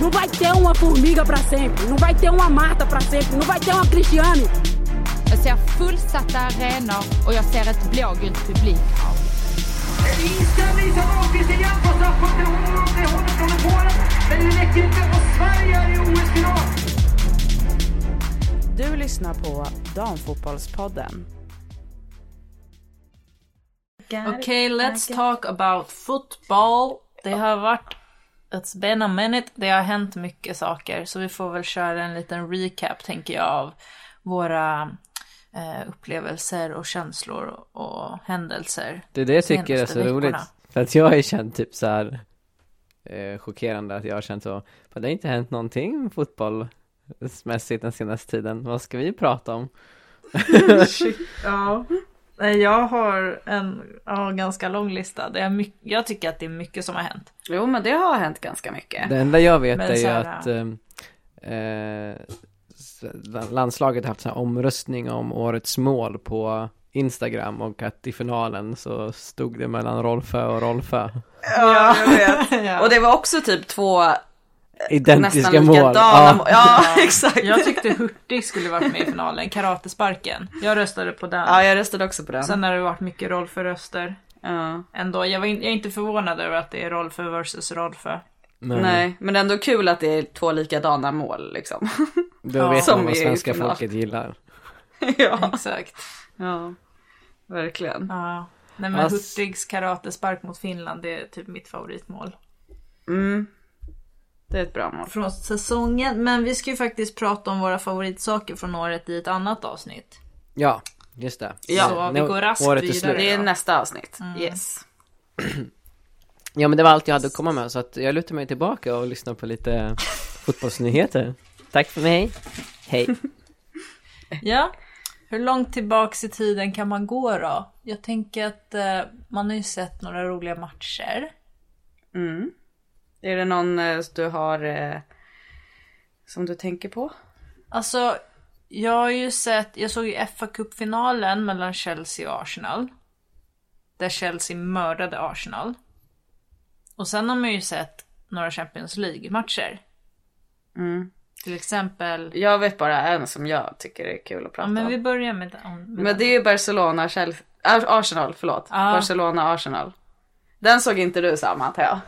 Não vai ter uma formiga pra sempre, não vai ter uma Marta pra sempre, não vai ter uma Cristiane. Jag ser fullsatta arenor och jag ser ett blågult publikhav. Inställning som avgörs igen på straffpunkten. Hon håller hållet från Polen, men det räcker inte. Och Sverige är i OS-final. Du lyssnar på Damfotbollspodden. Okej, let's talk about football. Det har varit It's been a minute. Det har hänt mycket saker. Så vi får väl köra en liten recap tänker jag av våra eh, upplevelser och känslor och händelser. Det är det jag tycker är Senaste så roligt. veckorna. För att jag har ju känt typ så här eh, chockerande att jag har känt så, "Fan, det har inte hänt någonting fotbollsmässigt den senaste tiden. Vad ska vi prata om? Ja. Nej, Eh, jag har en ja, ganska lång lista. Det är mycket, jag tycker att det är mycket som har hänt. Jo, men det har hänt ganska mycket. Det enda jag vet Men är ju så här, att eh, eh, s- landslaget har haft en omröstning om årets mål på Instagram och att i finalen så stod det mellan Rolfö och Rolfö. Ja, jag vet. Ja. Och det var också typ två Identiska nästan mål. likadana mål. Ja, exakt. Jag tyckte Hurtig skulle varit med i finalen, karatesparken. Jag röstade på den. Ja, jag röstade också på den. Sen Mm. har det varit mycket roll för röster ja. ändå. Jag, var in, jag är inte förvånad över att det är roll för versus roll för. Men Nej, men ändå kul att det är två likadana mål liksom. Då Ja. vet Som man vad är i svenska final. folket gillar. ja. Exakt. ja, verkligen. Ja. Nej men Ass- Hurtigs karatespark mot Finland, det är typ mitt favoritmål. Mm. Det är ett bra mål. Från säsongen, men vi ska ju faktiskt prata om våra favoritsaker från året i ett annat avsnitt. Ja, just det. Ja, Så, vi nu- går raskt året är vidare. slut. Det är nästa avsnitt. Mm. Yes. Ja men det var allt jag hade att komma med så att jag lutar mig tillbaka och lyssnar på lite fotbollsnyheter. Tack för mig. Hej. Ja. Hur långt tillbaks i tiden kan man gå då? Jag tänker att eh, man har ju sett några roliga matcher. Mm. Är det någon eh, du har eh, som du tänker på? Alltså, jag har ju sett, jag såg ju FA Cup-finalen mellan Chelsea och Arsenal. Där Chelsea mördade Arsenal. Och sen har man ju sett några Champions League-matcher. Mm. Till exempel, Jag vet bara en som jag tycker är kul att ja prata men vi om. börjar med den. Men det är Barcelona, Chelsea, Ar- Arsenal, förlåt. Ja. Barcelona, Arsenal. Den såg inte du Sam antar jag?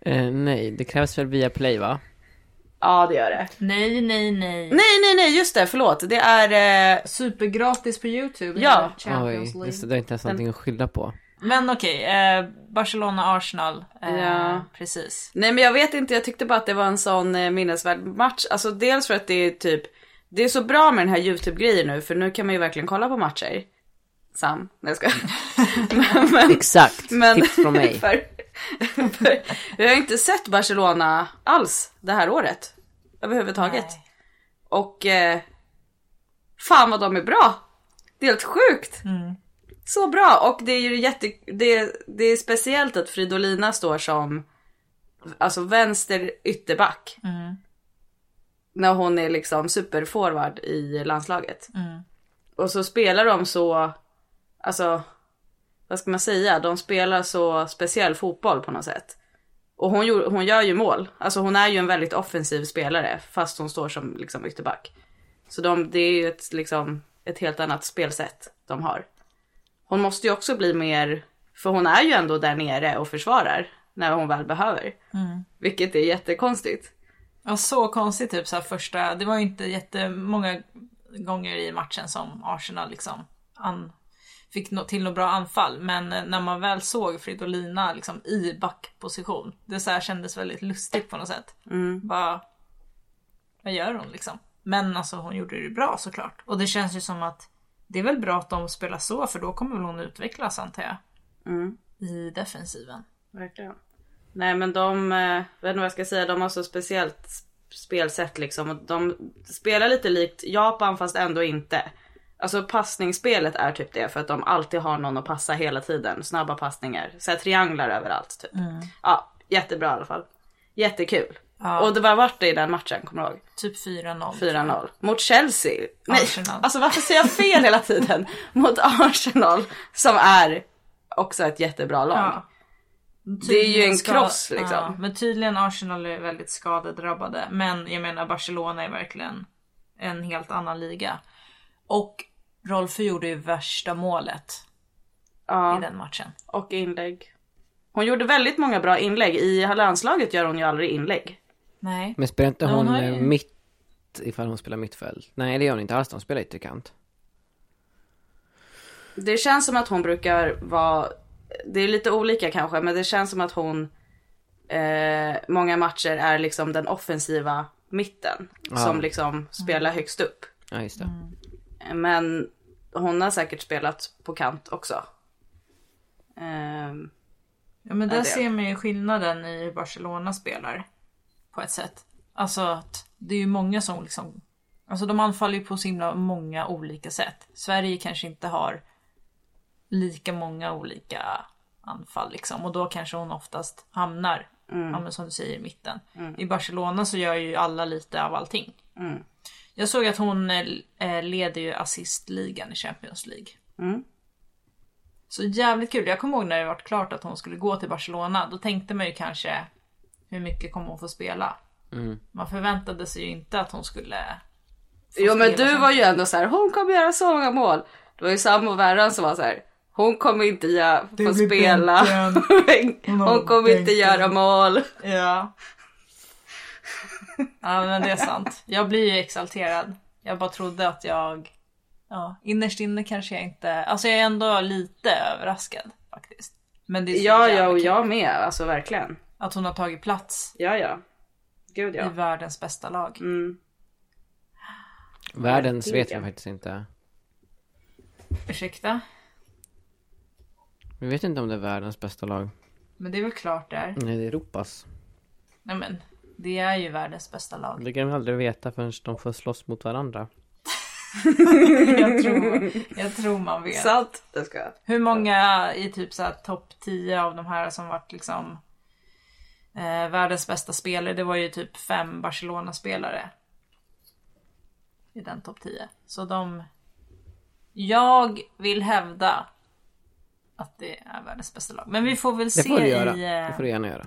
Eh, nej, det krävs väl via play va? Ja det gör det. Nej, nej, nej. Nej, nej, nej, just det, förlåt. Det är... Eh... Supergratis på YouTube. Ja. eller Champions Oj, League. just det, det är inte ens någonting att skylla på. Men okej, eh, Barcelona-Arsenal. Eh, Ja. Precis. Nej, men jag vet inte. Jag tyckte bara att det var en sån eh, minnesvärd match. Alltså dels för att det är typ... Det är så bra med den här YouTube-grejen nu, för nu kan man ju verkligen kolla på matcher. Sam, nej jag skojar. men, men, Exakt, men, tips från mig. för, för, jag har inte sett Barcelona alls det här året. Överhuvudtaget. Nej. Och eh, fan vad de är bra! Det är helt sjukt! Mm. Så bra! Och det är ju jätte... Det, det är speciellt att Fridolina står som alltså vänster ytterback. Mm. När hon är liksom superforward i landslaget. Mm. Och så spelar de så, alltså vad ska man säga, de spelar så speciell fotboll på något sätt. Och hon, gjorde- hon gör ju mål. Alltså hon är ju en väldigt offensiv spelare fast hon står som liksom ytterback. Så de, det är ju ett, liksom, ett helt annat spelsätt de har. Hon måste ju också bli mer, för hon är ju ändå där nere och försvarar när hon väl behöver. Vilket är jättekonstigt. Ja, så konstigt typ så här första, det var ju inte jättemånga gånger i matchen som Arsenal liksom an, fick nå- till något bra anfall. Men eh, när man väl såg Fridolina liksom i backposition, det så här kändes väldigt lustigt på något sätt. Bara, vad gör hon liksom? Men alltså hon gjorde det bra såklart. Och det känns ju som att det är väl bra att de spelar så för då kommer väl hon utvecklas antar jag. Mm. I defensiven. Verkligen. Nej men de, eh, vet inte vad jag ska säga, de har så speciellt s- spelsätt liksom. Och de spelar lite likt Japan fast ändå inte. Alltså passningsspelet är typ det för att de alltid har någon att passa hela tiden. Snabba passningar, så här trianglar överallt typ. Mm. Ja, jättebra i alla fall. Jättekul. Och det var vart det i den matchen, kommer du ihåg? Typ 4-0. 4-0. Mot Chelsea. Nej, Arsenal. alltså varför säger jag fel hela tiden? Mot Arsenal som är också ett jättebra lag. Ja. Det är ju en ska- kross, liksom. Ja, men tydligen Arsenal är väldigt skadedrabbade. Men jag menar Barcelona är verkligen en helt annan liga. Och Rolfö gjorde ju värsta målet i Ja, den matchen. och inlägg. Hon gjorde väldigt många bra inlägg. I landslaget gör hon ju aldrig inlägg. Nej. Men spelar inte Ja, hon hon har ju- eh, mitt ifall hon spelar mittfält? Nej det gör hon inte alls, hon spelar ytterkant. Det känns som att hon brukar vara, det är lite olika kanske, men det känns som att hon eh, många matcher är liksom den offensiva mitten Ja. som liksom spelar högst upp. Ja just det. Mm. Men hon har säkert spelat på kant också. Ehm, Ja, men där Ja, det- ser man ju skillnaden i hur Barcelona spelar. På ett sätt. Alltså att det är ju många som liksom... Alltså de anfaller ju på så himla många olika sätt. Sverige kanske inte har lika många olika anfall liksom. Och då kanske hon oftast hamnar, Mm. ja, men som du säger, i mitten. I Barcelona så gör ju alla lite av allting. Mm. Jag såg att hon eh, leder ju assistligan i Champions League. Så jävligt kul. Jag kommer ihåg när det var klart att hon skulle gå till Barcelona. Då tänkte man ju kanske hur mycket kommer hon få spela? Man förväntade sig ju inte att hon skulle... få jo men spela du så var ju ändå så här, hon kommer göra så många mål. Det var ju Sam och Värran som var så här, hon kommer inte ja, få blir spela. Hon har hon kommer inte bänken. göra mål. Ja. ja, men det är sant. Jag blir ju exalterad. Jag bara trodde att jag... Ja, innerst inne kanske jag inte... Alltså jag är ändå lite överraskad faktiskt. Men det är så Ja, jävla ja och kul jag med, alltså verkligen. Att hon har tagit plats Ja, ja. Gud ja. i världens bästa lag. Mm. Världens vet Verkligen. jag faktiskt inte. Ursäkta? Vi vet inte om det är världens bästa lag. Men det är väl klart där. Nej det är Europas. Nej men, det är ju världens bästa lag. Det kan vi aldrig veta förrän de får slåss mot varandra. Jag tror, jag tror man vet. Sant. Det ska jag. Hur många i typ så här topp 10 av de här som varit liksom eh, världens bästa spelare, det var ju typ fem Barcelona-spelare. I den topp 10. Så de... Jag vill hävda att det är världens bästa lag. Men vi får väl Det se får du göra. i... Det eh, får du gärna göra.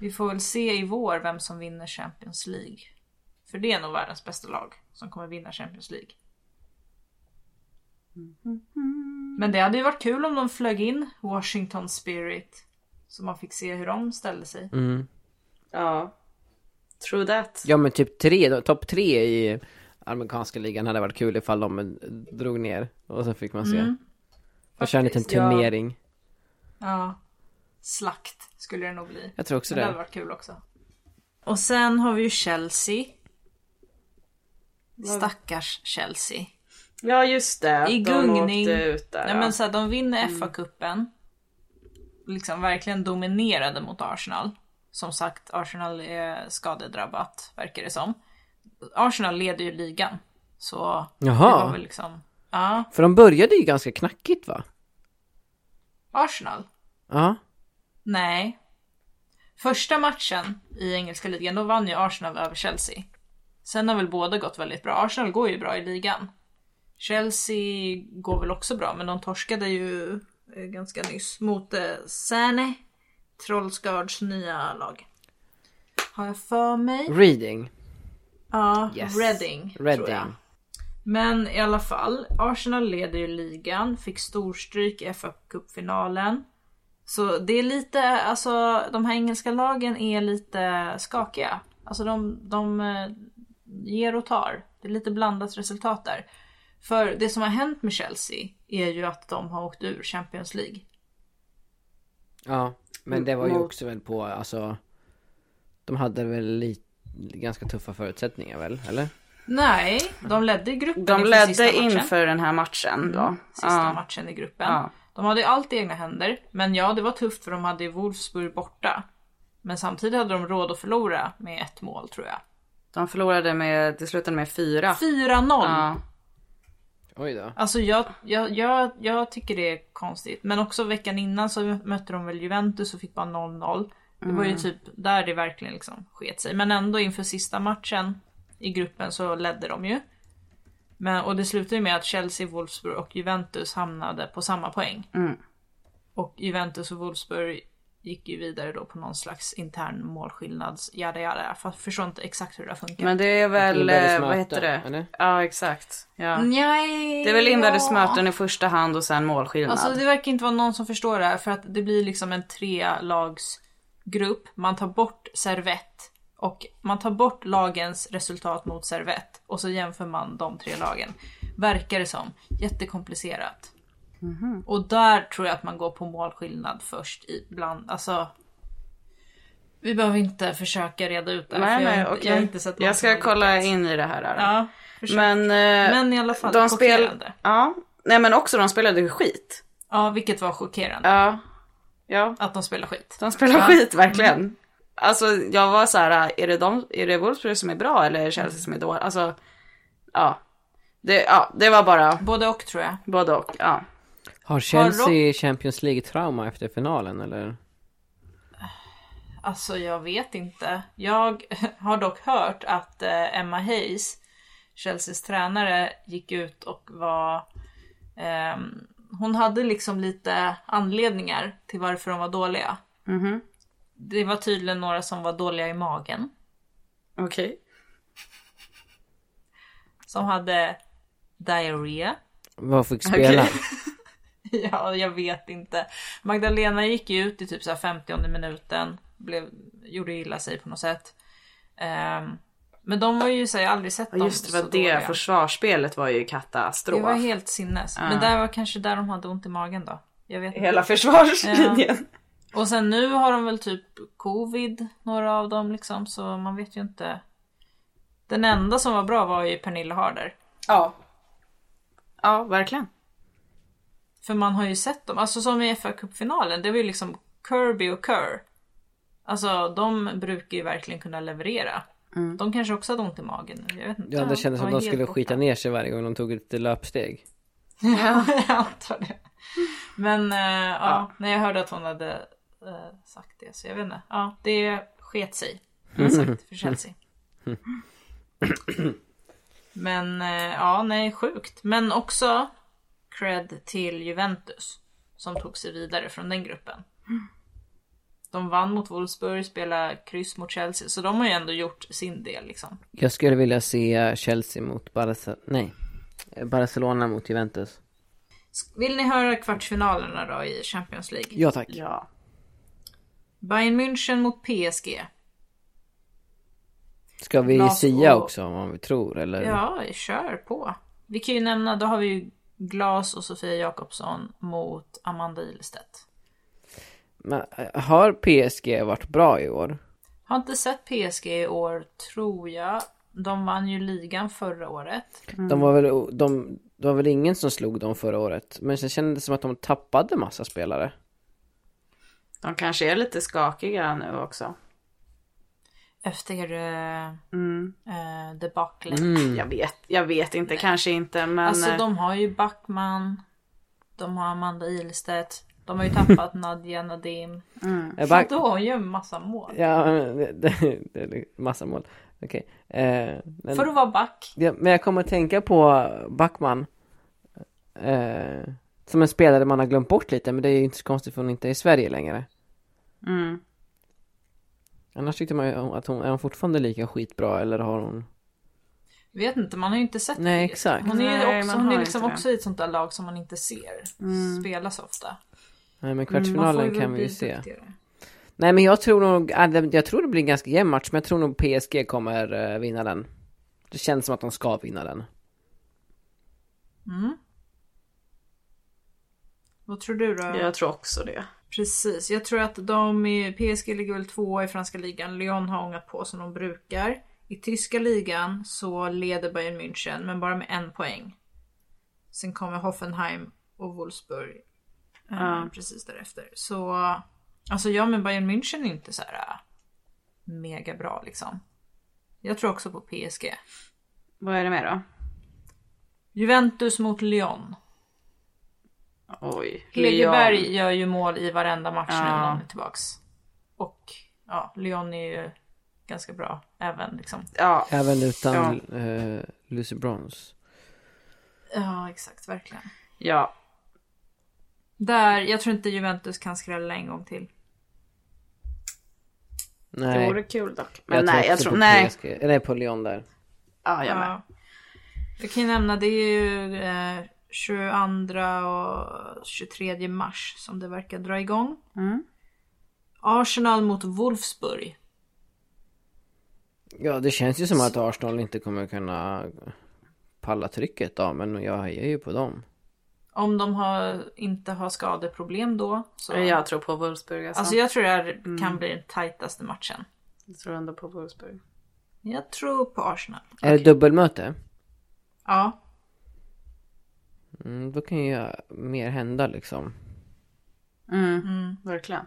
Vi får väl se i vår vem som vinner Champions League. För det är nog världens bästa lag som kommer vinna Champions League. Men det hade ju varit kul om de flög in Washington Spirit. Så man fick se hur de ställde sig. Mm. Ja. True that. Ja men typ tre, då- topp tre i amerikanska ligan hade varit kul ifall de eh, drog ner. Och så fick man se. Och köra en Mm. liten Faktiskt, ja. turnering. Ja. Slakt skulle det nog bli. Jag tror också Men det hade det. varit kul också. Och sen har vi ju Chelsea. Stackars Chelsea. Ja, just det. I de gungning. åkte ut där. Nej, ja. Mm. men så här, de vinner FA-cupen. Liksom verkligen dominerade mot Arsenal. Som sagt, Arsenal är skadedrabbat verkar det som. Arsenal leder ju ligan. Så det var Jaha. väl liksom... Ja, För de började ju ganska knackigt va? Arsenal. Ja. Nej. Första matchen i engelska ligan, då vann ju Arsenal över Chelsea. Sen har väl båda gått väldigt bra. Arsenal går ju bra i ligan. Chelsea går väl också bra, men de torskade ju eh, ganska nyss mot eh, Sane, Trollsgards nya lag. Har jag för mig? Reading. Ja, Yes. Reading. Tror jag. Reading. Men i alla fall, Arsenal leder ju ligan, fick storstryk i FA-cupfinalen. Så det är lite, alltså de här engelska lagen är lite skakiga. Alltså de, de eh, ger och tar. Det är lite blandat resultat där. För det som har hänt med Chelsea är ju att de har åkt ur Champions League. Ja. Men det var ju Mm. Mot- också väl på, alltså. De hade väl lite, ganska tuffa förutsättningar väl? Eller? Nej, de ledde i gruppen De inför sista ledde matchen. Mm, inför den här matchen då. sista Ja. matchen i gruppen. Ja. De hade ju allt i egna händer, men ja det var tufft för de hade ju Wolfsburg borta. Men samtidigt hade de råd att förlora med ett mål tror jag. De förlorade med, det slutade med fyra. 4-0! Ja. Oj då. Alltså jag, jag, jag, jag tycker det är konstigt. Men också veckan innan så mötte de väl Juventus och fick bara 0-0. Det var Mm. ju typ där det verkligen liksom sket sig. Men ändå inför sista matchen i gruppen så ledde de ju. Men, och det slutade ju med att Chelsea, Mm. Wolfsburg och Juventus hamnade på samma poäng. Och Juventus och Wolfsburg gick ju vidare då på någon slags intern målskillnads jada jada. Jag förstår inte exakt hur det där funkar. Men det är väl, Inbördes eh, vad möte, heter det? eller? Ja exakt. Ja. Nej, Det är väl inbördes Mm. ja. möten i första hand och sen målskillnad. Alltså det verkar inte vara någon som förstår det här för att det blir liksom en trelagsgrupp. Man tar bort servett och man tar bort lagens resultat mot servett och så jämför man de tre lagen. Verkar det som. Jättekomplicerat. Mhm. Och där tror jag att man går på målskillnad först ibland. Alltså, vi behöver inte försöka reda ut det här, nej, för jag, har nej, inte- okej. jag har inte sett någon Jag som ska har kolla lyckats. in i det här. Aron. Ja, försök. Men, eh, Men i alla fall, de spel... chockerande. Ja. Nej men också de spelade ju skit. Ja, vilket var chockerande. Ja. Ja. Att de spelar skit. De spelar skit verkligen. Alltså jag var så här, är det, de, är det Wolfsburg som är bra eller är det Chelsea som är dåliga? Alltså, ja. Det, ja. det var bara Både och tror jag. både och. Ja. Har Chelsea Champions League-trauma efter finalen eller? Alltså jag vet inte. Jag har dock hört att eh, Emma Hayes, Chelseas tränare, gick ut och var... ehm, hon hade liksom lite anledningar till varför de var dåliga. Mhm. Det var tydligen några som var dåliga i magen. Okej. Som hade diarré. Vad fick spela? Okej. Ja, jag vet inte. Magdalena gick ju ut i typ så här 50 minuten. Blev, gjorde illa sig på något sätt. Ehm, men de var ju så här, jag har aldrig sett dem Just det, så var det dåliga. försvarsspelet var ju katastrof. Det var helt sinnes. Ja. Men där var kanske där de hade ont i magen då. Jag vet inte. Hela försvarslinjen. Och sen nu har de väl typ covid, några av dem liksom, så man vet ju inte. Den enda som var bra var ju Pernilla Harder. Ja. Ja, verkligen. För man har ju sett dem, alltså som i FA-cupfinalen, det var ju liksom Kirby och Kerr. Alltså de brukar ju verkligen kunna leverera. De kanske också hade ont i magen. Jag vet inte. Mm. Ja, det kändes som var de skulle helt borta. skita ner sig varje gång de tog ett löpsteg. Ja, jag antar det. Men eh, ja, när jag hörde att hon hade eh, sagt det så jag vet inte. Ja, det sket sig. Som sagt, för Chelsea. Men eh, ja, nej, sjukt. Men också cred till Juventus som tog sig vidare från den gruppen. De vann mot Wolfsburg, spelade kryss mot Chelsea, så de har ju ändå gjort sin del liksom. Jag skulle vilja se Chelsea mot Barcelona, nej. Barcelona mot Juventus. Vill ni höra kvartsfinalerna då i Champions League? Ja tack. Ja. Bayern München mot PSG. Ska vi Las sia och- också om vi tror eller? Ja, kör på. Vi kan ju nämna, då har vi ju Glas och Sofia Jakobsson mot Amanda Ilestedt. Men, eh, har PSG varit bra i år? Har inte sett PSG i år, tror jag. De vann ju ligan förra året. De var väl, o- de, det var väl ingen som slog dem förra året? Men sen kändes det som att de tappade massa spelare. De kanske är lite skakiga nu också. Efter eh, Mm. eh, debaclet. Mm, Jag, vet, jag vet inte, kanske inte men... eh, Alltså de har ju Backman. De har Amanda Ilestedt. De har ju tappat Nadja Nadim. Eh, Back- Vadå, hon gör en massa mål. Ja, men det, det, det är massa mål. Okej. Eh, men, För att vara back. ja, men jag kommer att tänka på Backman. Eh, som en spelare man har glömt bort lite, men det är ju inte så konstigt för hon inte är i Sverige längre. mm. Annars tyckte man ju att hon, är hon fortfarande lika skitbra eller har hon... Vet inte, man har ju inte sett Nej, det. exakt. Hon är, Nej, ju också, man hon har är liksom inte det. också i ett sånt där lag som man inte ser spela så ofta. Mm, Nej men Man får kvartsfinalen väl Mm. kan vi ju bli se. duktigare. Nej men jag tror nog, ja, det- jag tror det blir en ganska jämn match men jag tror nog PSG kommer eh, vinna den. Det känns som att de ska vinna den. Vad tror du då? Jag tror också det. Precis, jag tror att de i PSG ligger väl tvåa i franska ligan. Lyon har ångat på som de brukar. I tyska ligan så leder Bayern München men bara med en poäng. Sen kommer Hoffenheim och Wolfsburg eh, precis därefter. Så alltså ja, men Bayern München är inte så här eh, mega bra liksom. Jag tror också på PSG. Vad är det med då? Juventus mot Lyon. Oj. Hegerberg gör ju mål i varenda match nu Ja. när han är tillbaks. Och ja, Lyon är ju ganska bra även liksom. Ja. Även utan eh, Lucy Bronze. Ja, exakt, verkligen. ja. Där, jag tror inte Juventus kan skrälla en gång till. Nej, Det vore kul dock. Men jag tror nej, också jag tror... på Nej. PSG. Eller på Lyon där. Ja, jag med. Ja. Jag kan ju nämna, det är ju eh, 22 och 23 mars som det verkar dra igång. Mm. Arsenal mot Wolfsburg. Ja, det känns ju som att Arsenal inte kommer kunna palla trycket då, men jag hejar ju på dem. Om de har, inte har skadeproblem då. Så. Jag tror på Wolfsburg alltså. Alltså jag tror det här Mm. kan bli den tajtaste matchen. Jag tror ändå på Wolfsburg. Jag tror på Arsenal. Är det dubbelmöte? Ja, Mm, då kan ju mer hända liksom. Mm. Verkligen.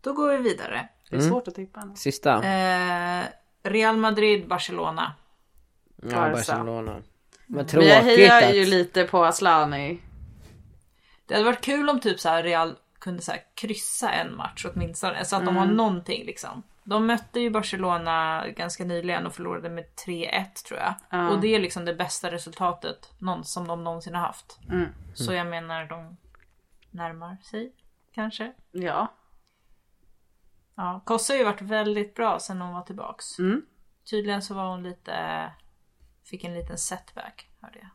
då går vi vidare. Det är Mm. svårt att tippa. ändå. Sista? Eh, Real Madrid, Barcelona. ja, Barca. Barcelona. Vad Men tråkigt jag hejar att... ju lite på Aslani. Det hade varit kul om typ så här Real kunde så här kryssa en match åtminstone. Så att de har någonting liksom. De mötte ju Barcelona ganska nyligen och förlorade med 3-1 tror jag. Och det är liksom det bästa resultatet någon, som de någonsin har haft. Så jag menar de närmar sig kanske. Ja. Ja, Kosse har ju varit väldigt bra sen hon var tillbaks. Mm. Tydligen så var hon lite... Eh, Fick en liten setback, hörde jag.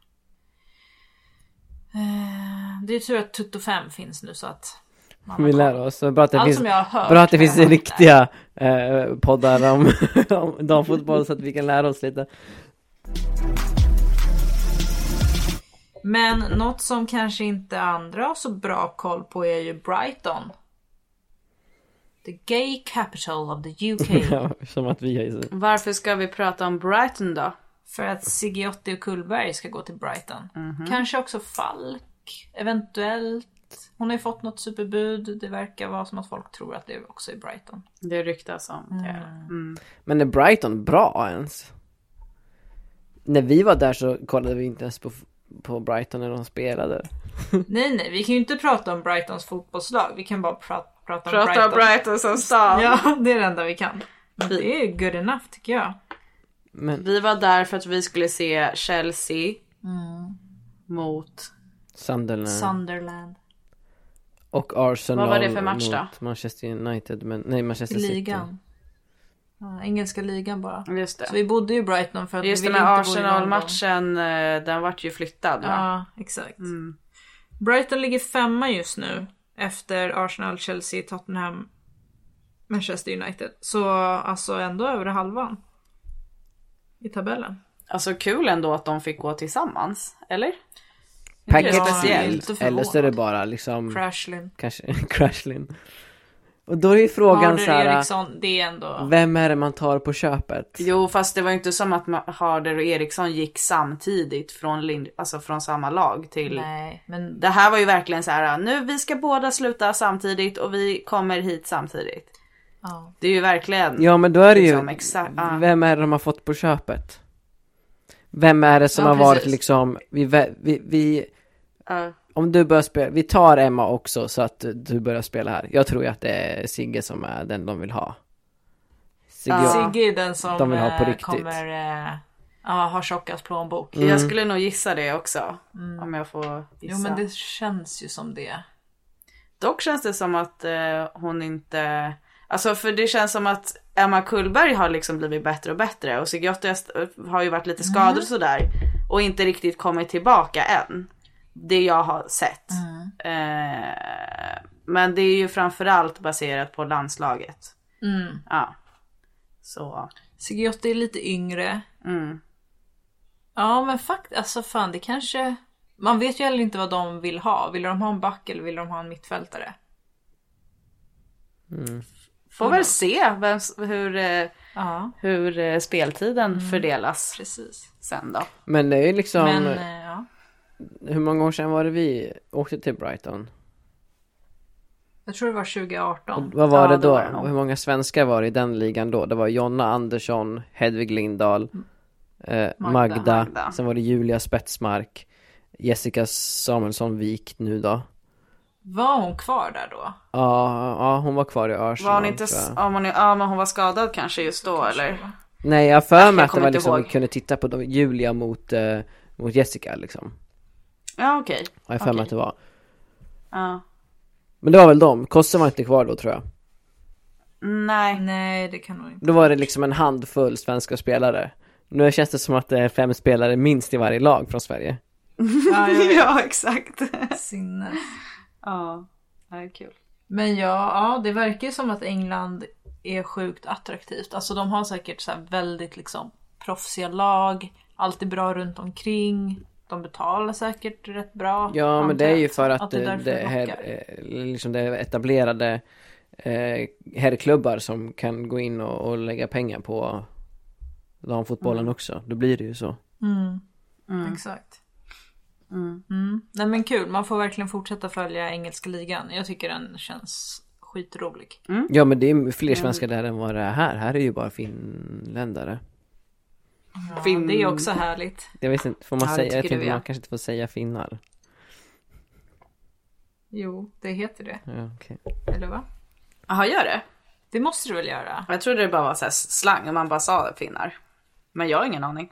Eh, Det är tur att Tutto 5 finns nu så att... Man har Vi lär koll. oss. Bra att det Allt finns, som jag har hört. bra att det finns har jag hört där. riktiga eh, poddar om, om damfotboll så att vi kan lära oss lite. Men något som kanske inte andra har så bra koll på är ju Brighton. The gay capital of the UK. Ja, som att vi är så- Varför ska vi prata om Brighton då? För att Sigiotti och Kullberg ska gå till Brighton. Kanske också Falk, eventuellt. Hon har ju fått något superbud. Det verkar vara som att folk tror att det också är Brighton. Det ryktas om det. Mm. Men är Brighton bra ens? När vi var där så kollade vi inte ens på, på Brighton när de spelade. Nej, nej, vi kan ju inte prata om Brightons fotbollslag. Vi kan bara pra- prata om Prata Brighton. om Brighton som stad. Ja, det är det enda vi kan. Men det är good enough tycker jag. Men Vi var där för att vi skulle se Chelsea Mm. mot... Sunderland Sunderland. och Arsenal Vad var det för match då? mot Manchester United, men nej Manchester City. Ligan. Ja, engelska ligan bara. Just det. Så vi bodde ju i Brighton för att Just vi den ville inte här bo i London. Arsenal-matchen, eh, den vart ju flyttad va? Ja, exakt. Brighton ligger femma just nu efter Arsenal, Chelsea, Tottenham, Manchester United. Så alltså ändå över halvan i tabellen. Alltså kul ändå att de fick gå tillsammans, eller? Packet Ja, jag är speciellt. lite förvånad. Eller så är det bara liksom Crashlin. kanske Crashlin. Och då är ju frågan Harder så här, liksom- Eriksson, det är ändå... vem är det man tar på köpet? Jo, fast det var ju inte som att Ma- Harder och Eriksson gick samtidigt från, Lind- alltså från samma lag till... Nej, men Det här var ju verkligen så här, nu vi ska båda sluta samtidigt och vi kommer hit samtidigt. ja. Det är ju verkligen... Ja men då är det ju, Liksom, exakt, ja. vem är det de har fått på köpet? Vem är det som Ja, har varit precis. liksom, vi, vä- vi, vi, Ja. om du börjar spela, vi tar Emma också så att du börjar spela här. Jag tror ju att det är Sigge som är den de vill ha. Sigge, Ja. Sigge är den som De vill ha på eh, riktigt. Mm. kommer... eh, Ja, har tjockast plånbok. Jag skulle nog gissa det också. Om jag får gissa. Jo men det känns ju som det. Dock känns det som att eh, hon inte... Alltså för det känns som att Emma Kullberg har liksom blivit bättre och bättre och Sigiotti har st- har ju varit lite skadad och sådär och inte riktigt kommit tillbaka än. Det jag har sett. Eh, men det är ju framförallt baserat på landslaget. Mm. Ja. Så. Sigiotti är lite yngre. Mm. Ja men faktiskt, alltså fan det kanske... Man vet ju heller inte vad de vill ha. Vill de ha en back eller vill de ha en mittfältare? Får väl se vem, s- hur, eh, Ja, hur eh, speltiden fördelas precis. sen då. Men det är ju liksom, Men eh, ja. hur många år sedan var det vi åkte till Brighton? Jag tror det var 2018. Vad var Ja, det det då? var det nog. Hur många svenskar var det i den ligan då? Det var Jonna Andersson, Hedvig Lindahl, eh, Magda, Magda. sen var det Julia Spetsmark, Jessica Samuelsson Wik nu då. Var hon kvar där då? Ja, ja, hon var kvar i Var Arsenal. hon inte... tror jag. s- Om hon, är- ja men hon var skadad kanske just då eller? Nej, jag har för mig jag att det kommer var inte liksom, vi ihåg. kunde titta på dem, Julia mot, eh, mot Jessica liksom. Ja okej. Har jag för mig Okej. att det var. Ja. Men det var väl dem, Kosse var inte kvar då tror jag. Nej. Nej, det kan nog inte. Då var det liksom en handfull svenska spelare. Nu känns det som att det är fem spelare minst i varje lag från Sverige. Ja, jag vet. Ja, exakt. Sinne. ja, det är kul. Men ja, ja, det verkar ju som att England är sjukt attraktivt. Alltså de har säkert så här väldigt liksom proffsiga lag, allt är bra runt omkring. De betalar säkert rätt bra. Ja, men antar det är jag. ju för att, är det, därför det de här, lockar. eh, liksom det är etablerade eh, herrklubbar som kan gå in och, och lägga pengar på damfotbollen också. Då blir det ju så. Mm. Exakt. Mm. Nej men kul, man får verkligen fortsätta följa engelska ligan. Jag tycker den känns skitrolig. Ja, men det är fler svenskar där än vad det är här. Här är ju bara finländare. Ja, Fin- Det är också härligt. Jag vet inte, får man Ja, det säga? Jag tycker tror du, inte man ja. kanske inte får säga finnar. Jo, det heter det. Ja, okej. Eller va? Jaha, gör det? Det måste du väl göra? Jag trodde det bara var så här slang och man bara sa finnar. Men jag har ingen aning.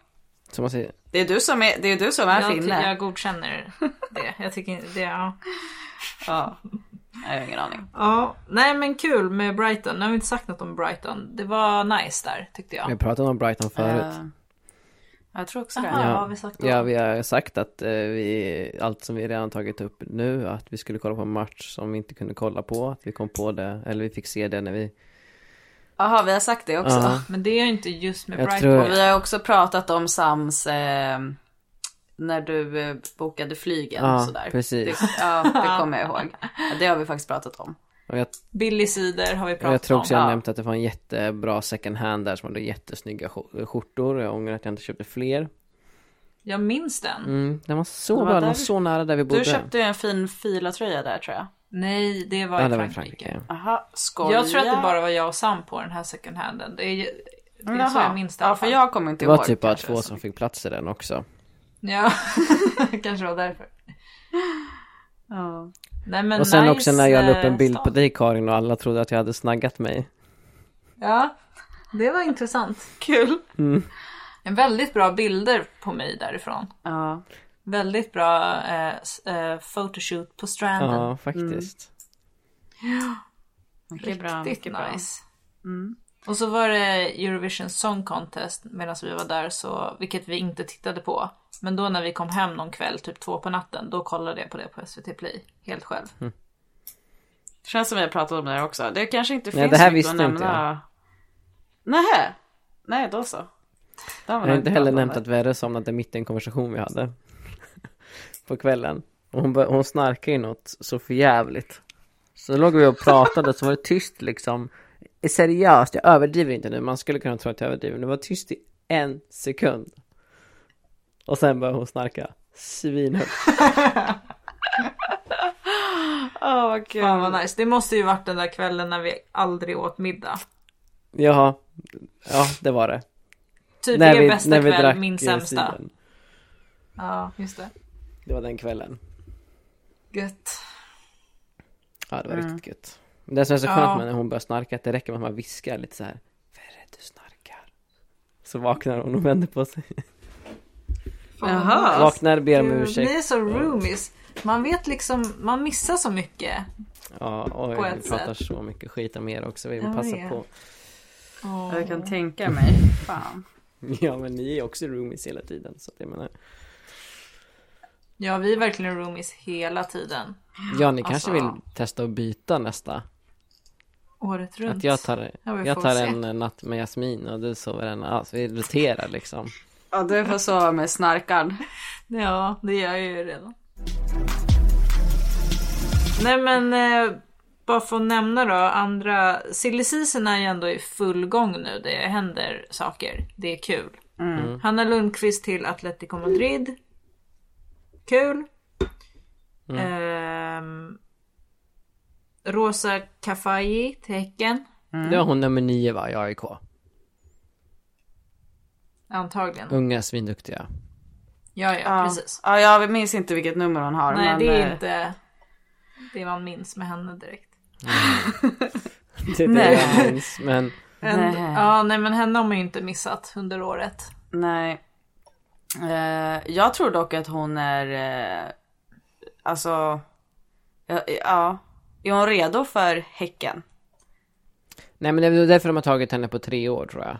Så man säger, Det är du som är, det är, du som är Jag, ty- finne. jag godkänner det. Jag tycker inte- det, ja. Ja. Nej, jag har ingen aning. Ja, nej men kul med Brighton. Nu har vi inte sagt något om Brighton. Det var nice där tyckte jag. vi pratade om Brighton förut. Eh, jag tror också det. Aha. Ja, vad har vi sagt då? ja, vi har sagt att eh, vi, allt som vi redan tagit upp nu, att vi skulle kolla på en match som vi inte kunde kolla på, att vi kom på det, eller vi fick se det när vi... Jaha, vi har sagt det också. Ja. Men det är ju inte just med Jag Brighton. tror- Och vi har också pratat om Sams eh, när du eh, bokade flygen Ja, och sådär. precis. Det, ja, det kommer jag ihåg. Ja, det har vi faktiskt pratat om. Och jag, Billy Cider har vi pratat jag tror om. också jag ja. nämnt att det var en jättebra second hand där som hade jättesnygga skjor- skjortor, jag ångrar att jag inte köpte fler. Jag minns den. Mm, den var så Det var bra, den var där- så nära där vi bodde. Du köpte ju en fin filatröja där tror jag. Nej, det var Ja, i det var i Frankrike. Frankrike. Aha, skoja. Jag tror att det bara var jag och Sam på den här second handen. Det är, ju- det är så Jaha. jag minns det i Ja, alla för fall. jag kommer inte Det var ihåg. typ bara kanske. två som fick plats i den också. Ja, kanske var därför. Ja. Nej, men Och sen nice, också när jag la upp en bild eh, på stad. dig Karin och alla trodde att jag hade snaggat mig. Ja, det var intressant. Kul. Mm. En väldigt bra bilder på mig därifrån. Ja. Väldigt bra eh, s- eh, photoshoot på stranden. Ja, faktiskt. Mycket bra. Riktigt mycket bra. nice. Mm. Och så var det Eurovision Song Contest medan vi var där, så, vilket vi inte tittade på. Men då när vi kom hem någon kväll, typ två på natten, då kollade jag på det på SVT Play. Helt själv. Mm. Det känns som vi har pratat om det här också. Det kanske inte Nej, finns det här mycket att visste inte nämna. Nähä. Nej, då så. Då har vi Jag har nog inte heller pratat om nämnt det. att Verre somnade mitt i en konversation vi hade. På kvällen. Och hon, bör- hon snarkade ju något så förjävligt. Så låg vi och pratade så var det tyst liksom. Seriöst, jag överdriver inte nu. Man skulle kunna tro att jag överdriver. Men det var tyst i en sekund. Och sen började hon snarka. Svinhögt. Åh, vad kul. Fan vad nice. Det måste ju varit den där kvällen när vi aldrig åt middag. Jaha. Ja, det var det. Typ er bästa kväll, min eh, sämsta. cider. Ja, just det. Det var den kvällen. Gött. Ja, det var riktigt gött. Men Det som är så skönt Ja. med när hon börjar snarka att det räcker med att man viskar lite så här. Verre, du snarkar. Så vaknar hon och vänder på sig. Fan, vad Jaha. vaknar, ber om Gud, ursäkt. Ni är så roomies. Man vet liksom, man missar så mycket. Ja, på oj, ett vi pratar så mycket skit om er också. Vi Jag passar vet. på. Jag kan tänka mig. Fan. Ja, men ni är också roomies hela tiden. Så att jag menar. Ja, vi är verkligen roomies hela tiden. Ja, ni alltså. kanske vill testa att byta nästa. Året runt. Att jag tar, Ja, vi jag får tar se. en eh, natt med Jasmin och du sover en alltså, Vi roterar liksom. Ja, du får sova med snarkaren. Ja, det gör jag ju redan. Nej men, eh, bara för att nämna då, andra... Silly season är ju ändå i full gång nu. Det händer saker. Det är kul. Mm. Hanna Lundqvist till Atletico Madrid. Kul. Ehm, Rosa Kafaji till Häcken. Nu är hon nummer nio va, i AIK. Antagligen. Unga, svinduktiga. Ja, ja, Ja. precis. Ja, jag minns inte vilket nummer hon har. Nej, men, det eh, är inte det man minns med henne direkt. Det är det jag minns, men Men- Nej. Ja, nej men henne har man ju inte missat under året. Nej. Eh, jag tror dock att hon är... eh, alltså... Ja, ja. Är hon redo för Häcken? Nej men det är väl därför de har tagit henne på tre år tror jag.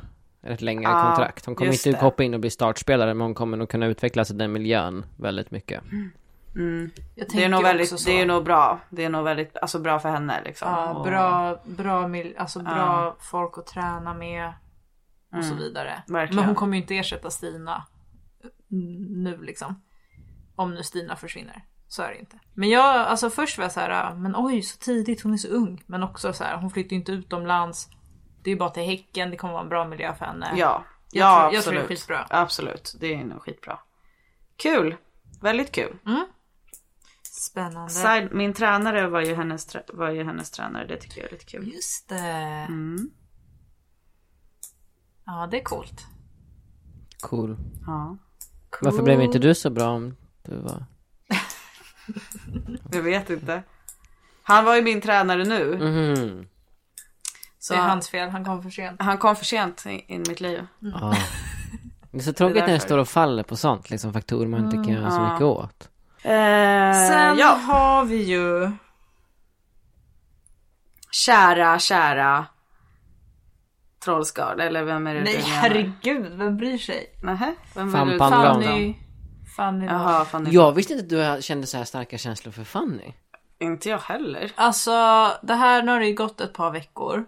Ett längre Ja, kontrakt. Hon kommer just inte det. hoppa in och bli startspelare men hon kommer nog kunna utvecklas i den miljön väldigt mycket. Mm. Jag Det är, tänker nog också väldigt, så. det är nog bra. Det är nog väldigt alltså, bra för henne. Liksom. Ja, Och- bra, bra, mil- alltså bra folk att träna med och så vidare. Mm. verkligen. Men hon kommer ju inte ersätta Stina mm, nu liksom. Om nu Stina försvinner. Så är det inte. Men jag, alltså först var jag så här, men oj så tidigt, hon är så ung. Men också så här, hon flyttar ju inte utomlands. Det är ju bara till Häcken, det kommer vara en bra miljö för henne. Ja, Jag ja tror- absolut. jag tror det är skitbra. Absolut, det är nog skitbra. Kul, väldigt kul. Mm. Spännande. Side, min tränare var ju, hennes, trä- var ju hennes tränare, det tycker jag är lite kul. Just det. Mm. Ja, det är coolt. Cool. Ja. Varför blev inte du så bra om du var... Jag vet inte. Han var ju min tränare nu. Mm. Mhm. Mm. Så Det är hans fel, han kom för sent. Han kom för sent in in i mitt liv. Ja. Det är så tråkigt när det därför. Mm. står och faller på sånt, liksom faktorer man inte kan göra så mycket åt. Sen Sen Eh, ja. har vi ju kära, kära Trollskarl, eller vem är det Nej du menar? herregud, vem bryr sig? Nähä, vem Fan, var du? Panda. Fan, Fanny... Fanny Jaha, Fanny. Jag visste inte att du kände så här starka känslor för Fanny. Inte jag heller. Alltså, det här, nu har det ju gått ett par veckor.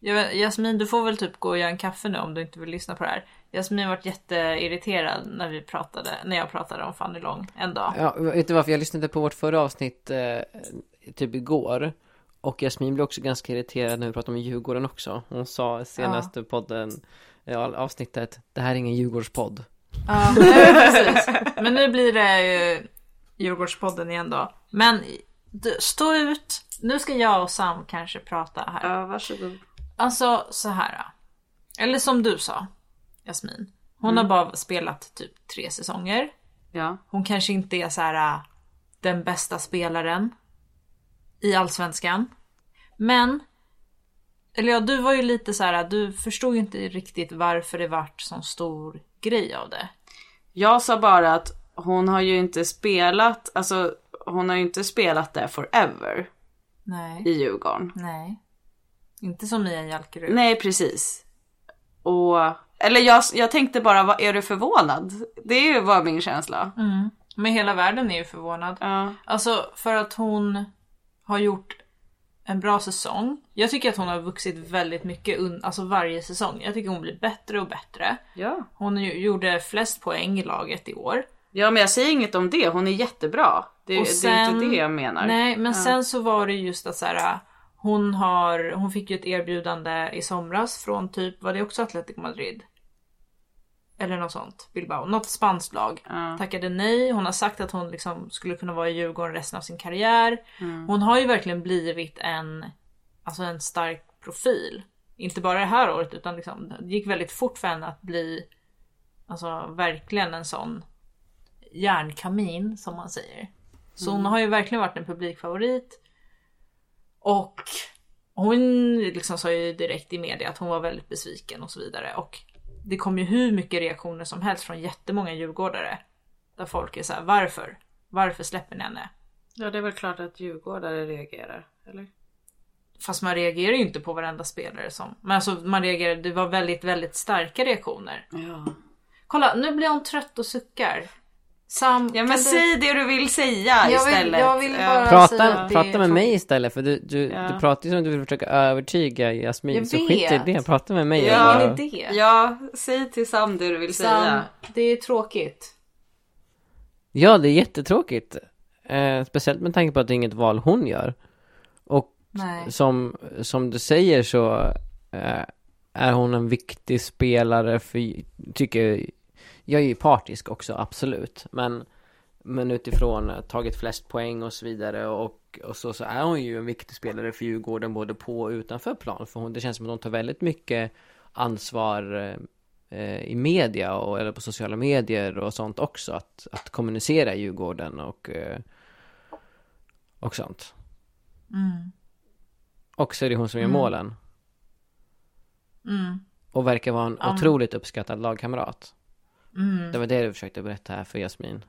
Jag vet, Jasmin, du får väl typ gå och göra en kaffe nu om du inte vill lyssna på det här. Jasmin vart jätteirriterad när vi pratade, när jag pratade om Fanny Long en dag. Ja, vet du varför? Jag lyssnade på vårt förra avsnitt eh, typ igår. Och Jasmin blev också ganska irriterad när vi pratade om Djurgården också. Hon sa i senaste podden, ja, avsnittet, det här är ingen Djurgårdspodd. Ja, nej, precis. Men nu blir det ju Djurgårdspodden igen då. Men du, stå ut. Nu ska jag och Sam kanske prata här. Ja, varsågod. Alltså så här. Eller som du sa, Jasmin. Hon har bara spelat typ tre säsonger. Ja. Hon kanske inte är så här äh, den bästa spelaren i allsvenskan. Men, eller ja, du var ju lite så här, äh, du förstod ju inte riktigt varför det vart sån stor grej av det. Jag sa bara att hon har ju inte spelat, alltså hon har ju inte spelat där forever i Nej. Djurgården. Nej. Inte som Mia Jalkerud. Nej, precis. Och, eller jag, jag tänkte bara, vad, är du förvånad? Det är ju- var min känsla. Mm. Men hela världen är ju förvånad. Ja. Alltså för att hon har gjort en bra säsong. Jag tycker att hon har vuxit väldigt mycket un- alltså varje säsong. Jag tycker hon blir bättre och bättre. ja. Hon ju- gjorde flest poäng i laget i år. Ja, men jag säger inget om det. Hon är jättebra. Det, Och det är sen- inte det jag menar. Nej, men sen så var det just att så här, hon, har, hon fick ju ett erbjudande i somras från typ, var det också Atletico Madrid? Eller något sånt, Bilbao, något spanskt lag. Tackade nej, hon har sagt att hon liksom skulle kunna vara i Djurgården resten av sin karriär. Mm. Hon har ju verkligen blivit en, alltså en stark profil. Inte bara det här året utan liksom, det gick väldigt fort för henne att bli alltså verkligen en sån järnkamin som man säger. Så Mm. hon har ju verkligen varit en publikfavorit. Och hon liksom sa ju direkt i media att hon var väldigt besviken och så vidare. Och det kom ju hur mycket reaktioner som helst från jättemånga djurgårdare. Där folk är såhär, varför? Varför släpper ni henne? Ja, det är väl klart att djurgårdare reagerar, eller? Fast man reagerar ju inte på varenda spelare som... Men alltså man reagerar, det var väldigt, väldigt starka reaktioner. Ja. Kolla, nu blir hon trött och suckar. Sam, Ja, men kan du- säg det du vill säga vill- istället. jag vill Ja. bara- Prata, säga att alltså, det prata är med tråkigt. mig istället för du, du, Ja. du pratar ju som att du vill försöka övertyga Jasmin. Jag Så skit i vet. det, prata med mig. Ja, och Vad bara- är det? Ja, säg till Sam det du vill Sam, säga. det är tråkigt. ja det är jättetråkigt. Eh, speciellt med tanke på att det är inget val hon gör. Och Nej. som, som du säger så eh, är hon en viktig spelare för, tycker, jag är ju partisk också absolut, men, men utifrån eh, tagit flest poäng och så vidare och, och så, så är hon ju en viktig spelare för Djurgården både på och utanför plan för hon, det känns som att hon tar väldigt mycket ansvar eh, eh, i media och eller på sociala medier och sånt också att, att kommunicera i Djurgården och, eh, och sånt. Och så är det hon Mm. som gör målen. Och verkar vara en otroligt uppskattad lagkamrat. Mm. Det var det du försökte berätta här för Jasmin.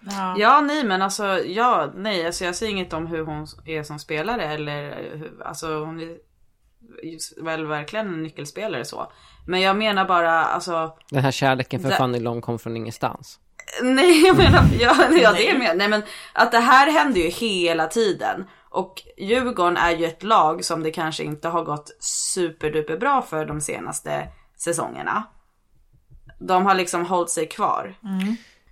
Ja. Ja, nej, men alltså, ja, nej, alltså jag säger inget om hur hon är som spelare eller hur, alltså hon är just- väl verkligen en nyckelspelare så. Men jag menar bara alltså, Den här kärleken för Där- Fanny Long kom från ingenstans. nej jag menar, ja, ja det menar nej men att det här händer ju hela tiden. Och Djurgården är ju ett lag som det kanske inte har gått superduper bra för de senaste säsongerna. De har liksom hållit sig kvar.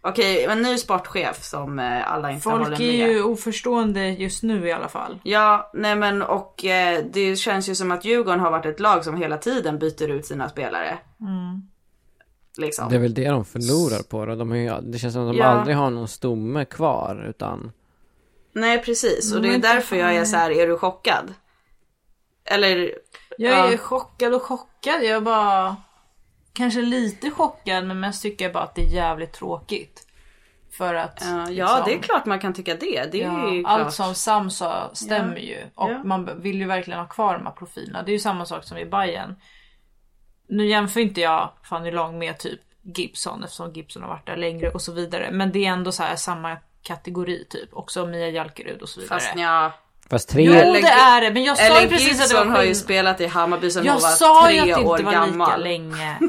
Okej, en ny sportchef som eh, alla inte håller Mm. Folk med. är ju oförstående just nu i alla fall. Ja, nej men och eh, det känns ju som att Djurgården har varit ett lag som hela tiden byter ut sina spelare. Mm. Liksom. Det är väl det de förlorar på då. De har ju, det känns som att de Ja. aldrig har någon stomme kvar utan... Nej precis, och det är Men- därför jag är så här, är du chockad? Eller, Jag är Ja. chockad och chockad. Jag är bara... Kanske lite chockad men mest tycker jag bara att det är jävligt tråkigt. För att... ja, ja liksom, det är klart man kan tycka det. Det är ja, ju klart. allt som Sam sa stämmer ju. Och Ja. man vill ju verkligen ha kvar de här profilerna. Det är ju samma sak som i Bayern. Nu jämför inte jag Fanny Long med typ Gibson eftersom Gibson har varit där längre och så vidare. Men det är ändå så här samma kategori typ. Också Mia Jalkerud och så vidare. Fast ja. Fast tre... Jo Eller- det är det men jag sa ju Ellen precis att det var Gibson har ju skill- spelat i Hammarby sedan hon Jag var sa ju tre att det år inte var lika gammal. länge. Ah.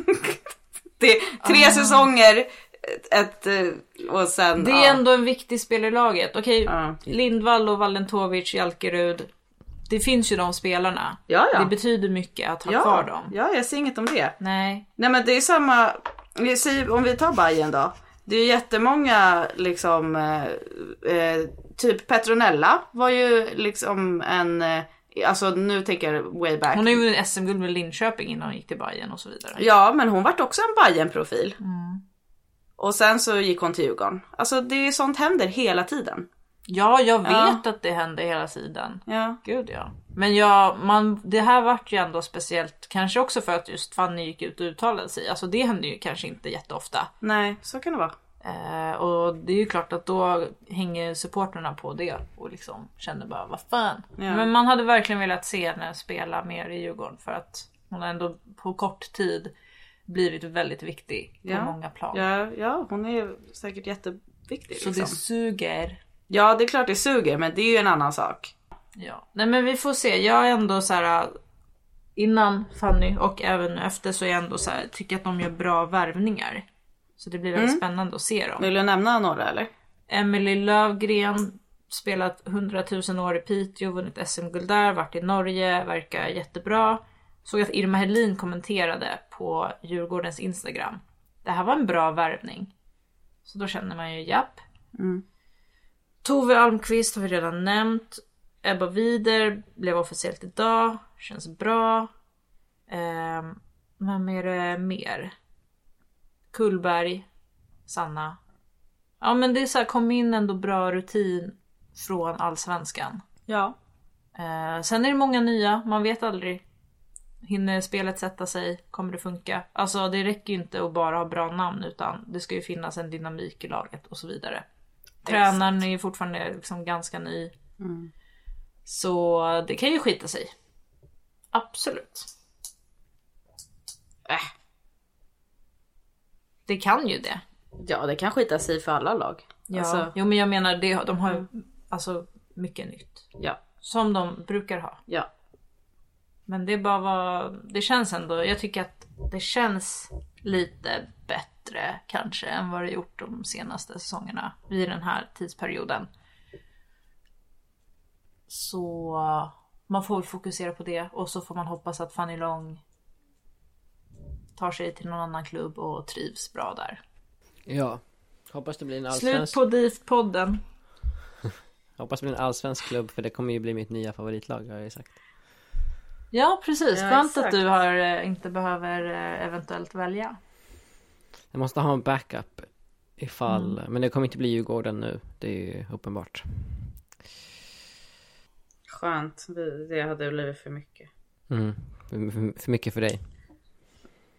Det, är tre säsonger, ett, ett, eh, och sen... Det är ändå en viktig spelare i laget. Okej, Ja. Lindvall och Valentovic, Jalkerud. Det finns ju de spelarna. Ja, ja. Det betyder mycket att ha ja, kvar dem. Ja, jag ser inget om det. Nej. Nej men det är samma, vi säger- om vi tar Bayern då. Det är ju jättemånga liksom, eh, eh, typ Petronella var ju liksom en, eh, alltså nu tänker jag way back. Hon har ju vunnit SM-guld med Linköping innan hon gick till Bayern och så vidare. Ja men hon vart också en bayern profil Mm. Och sen så gick hon till Djurgården. Alltså det är sånt händer hela tiden. Ja, jag vet att det händer hela tiden. Ja. Gud ja. Men ja, man, det här vart ju ändå speciellt. Kanske också för att just Fanny gick ut och uttalade sig. Alltså det händer ju kanske inte jätteofta. Nej, så kan det vara. Eh, och det är ju klart att då hänger supporterna på det och liksom känner bara vad fan. Men man hade verkligen velat se henne spela mer i Djurgården för att hon har ändå på kort tid blivit väldigt viktig på Ja. många plan. Ja, ja hon är säkert jätteviktig. Så Liksom. det suger. Ja det är klart det suger men det är ju en annan sak. Ja. Nej men vi får se. Jag är ändå så här innan Fanny och även nu efter så är jag ändå så här tycker att de gör bra värvningar. Så det blir väldigt Mm. spännande att se dem. Vill du nämna några eller? Emily Lövgren spelat 100 000 år i Piteå, vunnit SM-guld där, varit i Norge, verkar jättebra. Såg att Irma Helin kommenterade på Djurgårdens Instagram. Det här var en bra värvning. Så då känner man ju japp. Tove Almqvist har vi redan nämnt. Ebba Wider blev officiellt idag. Känns bra. Ehm, vem är det mer? Kullberg, Sanna. Ja men det är så här, kom in ändå bra rutin från allsvenskan. Ja. Eh, sen är det många nya, man vet aldrig. Hinner spelet sätta sig? Kommer det funka? Alltså det räcker ju inte att bara ha bra namn utan det ska ju finnas en dynamik i laget och så vidare. Tränaren är ju fortfarande liksom ganska ny. Så det kan ju skita sig. Absolut. Äh. Det kan ju det. Ja, det kan skita sig för alla lag. Ja. Alltså, Jo men jag menar det, de har ju alltså mycket nytt. ja, Som de brukar ha. ja. Men det är bara vad... Det känns ändå... Jag tycker att det känns lite bättre kanske än vad det gjort de senaste säsongerna i den här tidsperioden. Så man får väl fokusera på det och så får man hoppas att Fanny Long tar sig till någon annan klubb och trivs bra där. Ja. Hoppas det blir en Slut allsvensk... på DIF-podden. Hoppas det blir en allsvensk klubb för det kommer ju bli mitt nya favoritlag har jag ju sagt. Ja precis, Ja, skönt att exakt. du har, eh, inte behöver eh, eventuellt välja. Jag måste ha en backup. Ifall... Mm. Men det kommer inte bli Djurgården nu. Det är ju uppenbart. Skönt, Vi- det hade blivit för mycket. Mm. För- för- För mycket för dig.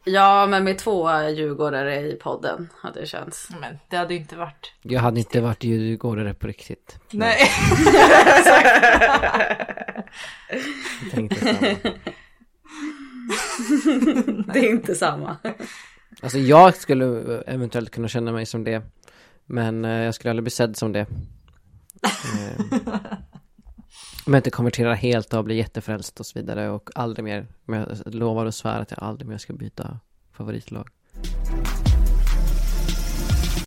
Ja, men med två djurgårdare i podden hade det känts. Men det hade ju inte varit Jag hade inte varit djurgårdare på riktigt. Nej. Jag tänkte samma. Det är inte samma. Alltså jag skulle eventuellt kunna känna mig som det. Men eh, jag skulle aldrig bli sedd som det. Eh, Om jag inte konverterar helt och blir jättefrälst och så vidare och aldrig mer, men jag lovar och svär att jag aldrig mer ska byta favoritlag.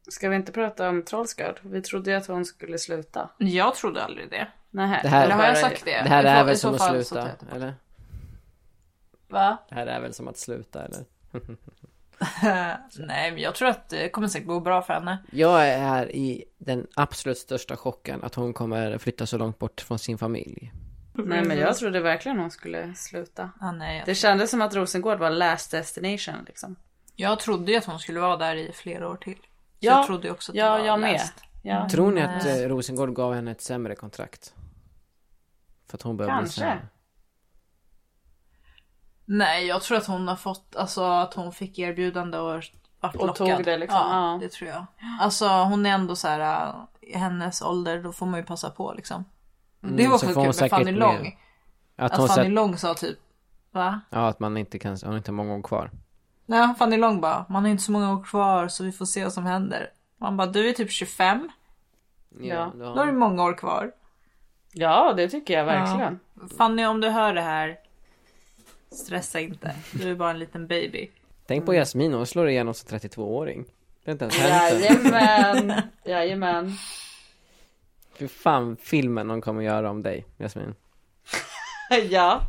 Ska vi inte prata om Trollsgard? Vi trodde ju att hon skulle sluta. Jag trodde aldrig det. Nähä. Det här- Eller har jag sagt det? Det här I är så- väl i så som att fall så tar sluta, jag tillbaka. eller? Va? Det här är väl som att sluta, eller? Nej, men jag tror att det kommer säkert gå bra för henne. Jag är här i den absolut största chocken att hon kommer flytta så långt bort från sin familj. Nej men jag trodde verkligen hon skulle sluta. Ah, nej, jag, Det kändes som att Rosengård var last destination liksom. jag trodde ju att hon skulle vara där i flera år till. Så Ja, jag trodde ju också att det ja, var Mm. jag med. läst. Ja. Tror ni att eh, Rosengård gav henne ett sämre kontrakt? För att hon börjar bli Kanske. Mm. sämre. Nej, jag tror att hon har fått, alltså att hon fick erbjudande och vart Och lockad. tog det liksom, Ja, ja. det tror jag. Alltså hon är ändå så här äh, i hennes ålder, då får man ju passa på liksom. Mm. det var så också får kul hon med säkert Fanny mer. Lång. Att hon Att Fanny sett, Lång sa typ, va? ja att man inte kan, hon har inte många år kvar. Nej, Fanny Lång bara, man har inte så många år kvar så vi får se vad som händer. Man bara, du är typ 25, Ja. då då har du många år kvar. Ja det tycker jag verkligen. Fanny om du hör det här, stressa inte. Du är bara en liten baby. Tänk på Jasmin, hon slår igenom som 32-åring. Det är inte ens hälften. Jajamän. Jajamän. Fy fan filmen de kommer göra om dig, Jasmin. Ja.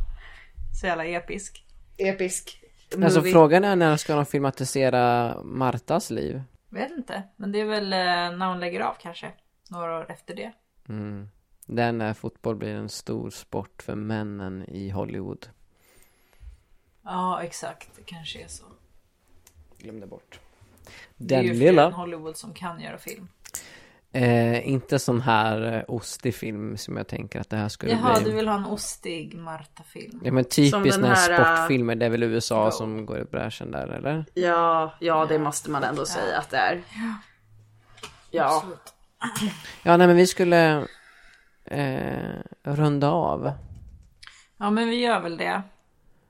Så jävla episk. Episk. Alltså movie. frågan är när ska de filmatisera Martas liv? Vet inte, men det är väl eh, när hon lägger av kanske. Några år efter det. Mm. Där när fotboll blir en stor sport för männen i Hollywood. Ja, exakt. Det kanske är så. Glömde bort. Det är Den ju fler än lilla. Hollywood som kan göra film. Eh, inte sån här eh, ostig film som jag tänker att det här skulle Jaha, bli. du vill ha en ostig Marta-film. Ja men Som typiskt den när här, eh, äh, sportfilmer, det är väl USA som går i bräschen där eller? Ja, ja det måste man ändå säga att det är. Ja. Ja nej men vi skulle eh, runda av. Ja, men vi gör väl det.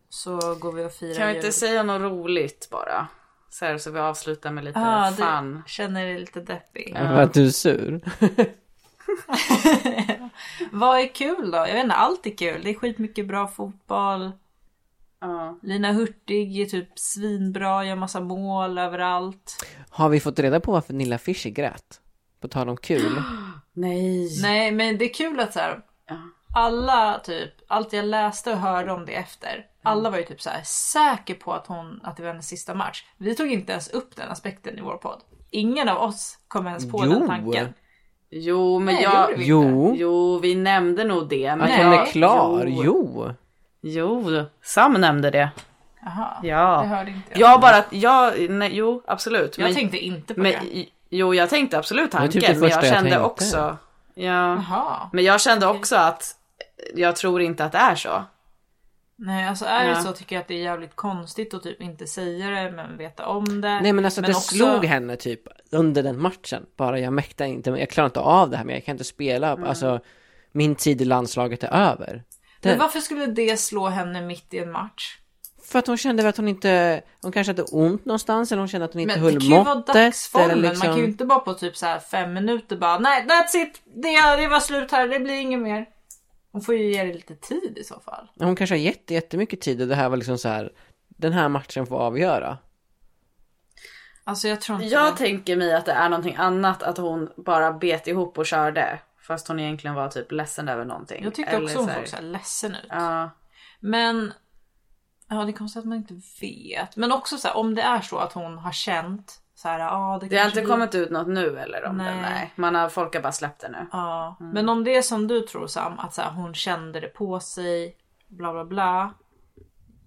Så går vi och firar Kan vi jul. inte säga något roligt bara? Så här så vi avslutar med lite Ja, fun. du känner dig lite deppig. För att du är sur. Vad är kul då? Jag vet inte, allt är kul. Det är skitmycket bra fotboll. Ja. Lina Hurtig är typ svinbra, gör massa mål överallt. Har vi fått reda på varför Nilla Fischer grät? På tal om kul. Nej. Nej, men det är kul att så här, alla typ, allt jag läste och hörde om det Mm. efter, alla var ju typ så här säker på att, hon, att det var hennes sista match. Vi tog inte ens upp den aspekten i vår podd. Ingen av oss kom ens på Jo. den tanken. Jo, men Nej, jag... gjorde vi inte. Jo, Jo, vi nämnde nog det. Men att hon jag... är klar. Jo. Jo, Sam nämnde det. Jaha, det Ja. hörde inte jag. Jag bara, jag, nej, jo absolut. Jag tänkte inte på men, det. Jo, jag tänkte absolut var typ tanken, det men jag första jag kände tänkte. också. Ja. Jaha. Men jag kände också att jag tror inte att det är så. Nej, alltså är det Ja. så tycker jag att det är jävligt konstigt att typ inte säga det men veta om det. Nej men alltså det också- slog henne typ under den matchen. Bara jag mäktar inte, men jag klarar inte av det här, men jag kan inte spela. Mm. Alltså min tid i landslaget är över. Men varför skulle det slå henne mitt i en match? För att hon kände väl att hon inte, hon kanske hade ont någonstans eller hon kände att hon inte Men det höll kan ju vara måttet. eller dagsformen, liksom- man kan ju inte bara på typ så här fem minuter bara nej that's it, det, det var slut här, det blir inget mer. Hon får ju ge det lite tid i så fall. liksom- Hon kanske har jätte, jättemycket tid och det här var liksom så här. Den här matchen får avgöra. Alltså jag tror inte Jag det. tänker mig att det är någonting annat, att hon bara bet ihop och körde. Fast hon egentligen var typ ledsen över någonting. Jag tyckte Eller också hon så här- såg så här ledsen ut. Ja. Men ja, det är konstigt att man inte vet. Men också så här, om det är så att hon har känt så här, ja det Det har kanske inte blir- kommit ut något nu eller om Nej. den, nej. Man har, folk har bara släppt det nu. Ja, Mm. men om det är som du tror Sam, att så här, hon kände det på sig, bla bla bla.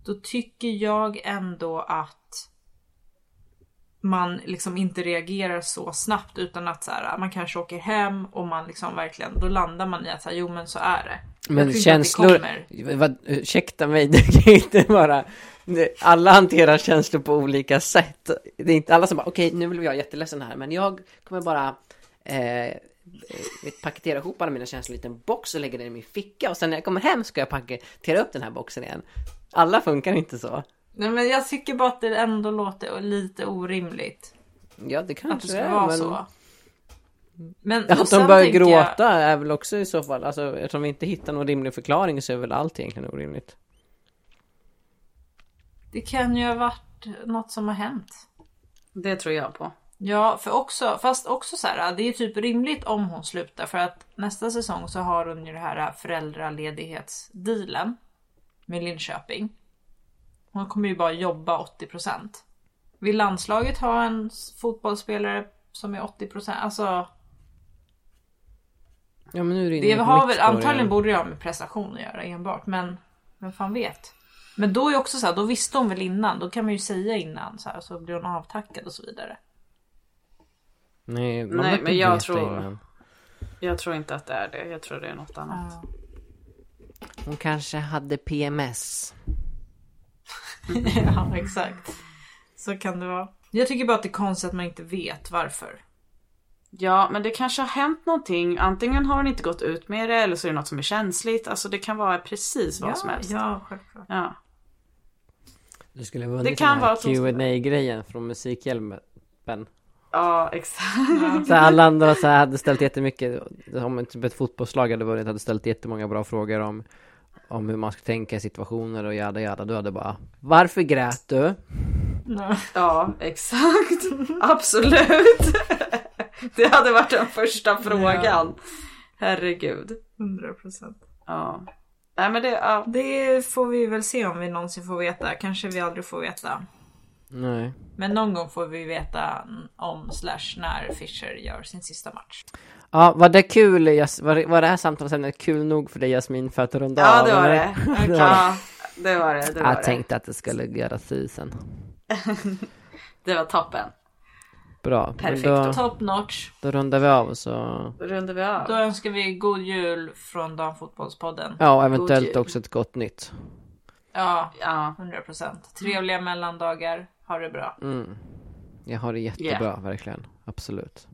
Då tycker jag ändå att man liksom inte reagerar så snabbt utan att så här, man kanske åker hem och man liksom verkligen, då landar man i att så här, jo men så är det. Jag tror Men inte att det känslor, kommer. vad, ursäkta mig, det kan ju inte vara, det- alla hanterar känslor på olika sätt. Det är inte alla som bara, okej nu blev jag jätteledsen här, men jag kommer bara eh, eh, paketera ihop alla mina känslor i en liten box och lägga den i min ficka och sen när jag kommer hem ska jag paketera upp den här boxen igen. Alla funkar inte så. Nej men jag tycker bara att det ändå låter lite orimligt Ja, det kanske att det ska är, vara men så. Men, och Att sen de börjar tänker gråta är väl också i så fall, alltså eftersom vi inte hittar någon rimlig förklaring så är väl allt egentligen orimligt. det kan ju ha varit något som har hänt. Det tror jag på. Ja, för också, fast också så här, det är typ rimligt om hon slutar för att nästa säsong så har hon ju det här föräldraledighetsdealen med Linköping. Hon kommer ju bara jobba 80%. Vill landslaget ha en s- fotbollsspelare som är 80%? Alltså, Ja men nu är det, det inne på har mitt väl, spår antagligen igen. borde det ha med prestation att göra enbart, men vem fan vet? Men då är också så här, då visste hon väl innan, då kan man ju säga innan så här, så blir hon avtackad och så vidare. Nej, man Nej, behöver inte men jag veta tror- innan. Jag tror inte att det är det. Jag tror det är något annat. Hon kanske hade PMS. Ja, exakt. Så kan det vara. Jag tycker bara att det är konstigt att man inte vet varför. Ja, men det kanske har hänt någonting. Antingen har hon inte gått ut med det eller så är det något som är känsligt. Alltså det kan vara precis vad som helst. ja, självklart. Ja. Du skulle ha vunnit kan den vara här att hon- qa grejen från Musikhjälpen. ja, exakt. Så alla andra så här hade ställt jättemycket, om typ ett fotbollslag hade vunnit, hade ställt jättemånga bra frågor om, om hur man ska tänka i situationer och jada jada. Du hade bara, varför grät du? Ja, exakt. Absolut. Det hade varit den första frågan. Herregud. 100 procent. Ja. Nej men det, ja. Det får vi väl se om vi någonsin får veta. Kanske vi aldrig får veta. Nej. Men någon gång får vi veta om slash när Fischer gör sin sista match. Ja, var det kul, Jas- var, var det här samtalsämnet kul nog för dig Jasmin för att runda ja av? det var eller? det. Ja, det var det. Det var, Jag det. tänkte att det skulle göras tusen. Det var toppen. Bra, Perfekt. men då, Top notch. då rundar vi av och så... Då rundar vi av. Då önskar vi god jul från Damfotbollspodden. Ja, och eventuellt jul. också ett gott nytt. Ja, Ja, 100 procent. Trevliga mellandagar. Ha det bra. Jag har det jättebra, verkligen. Absolut.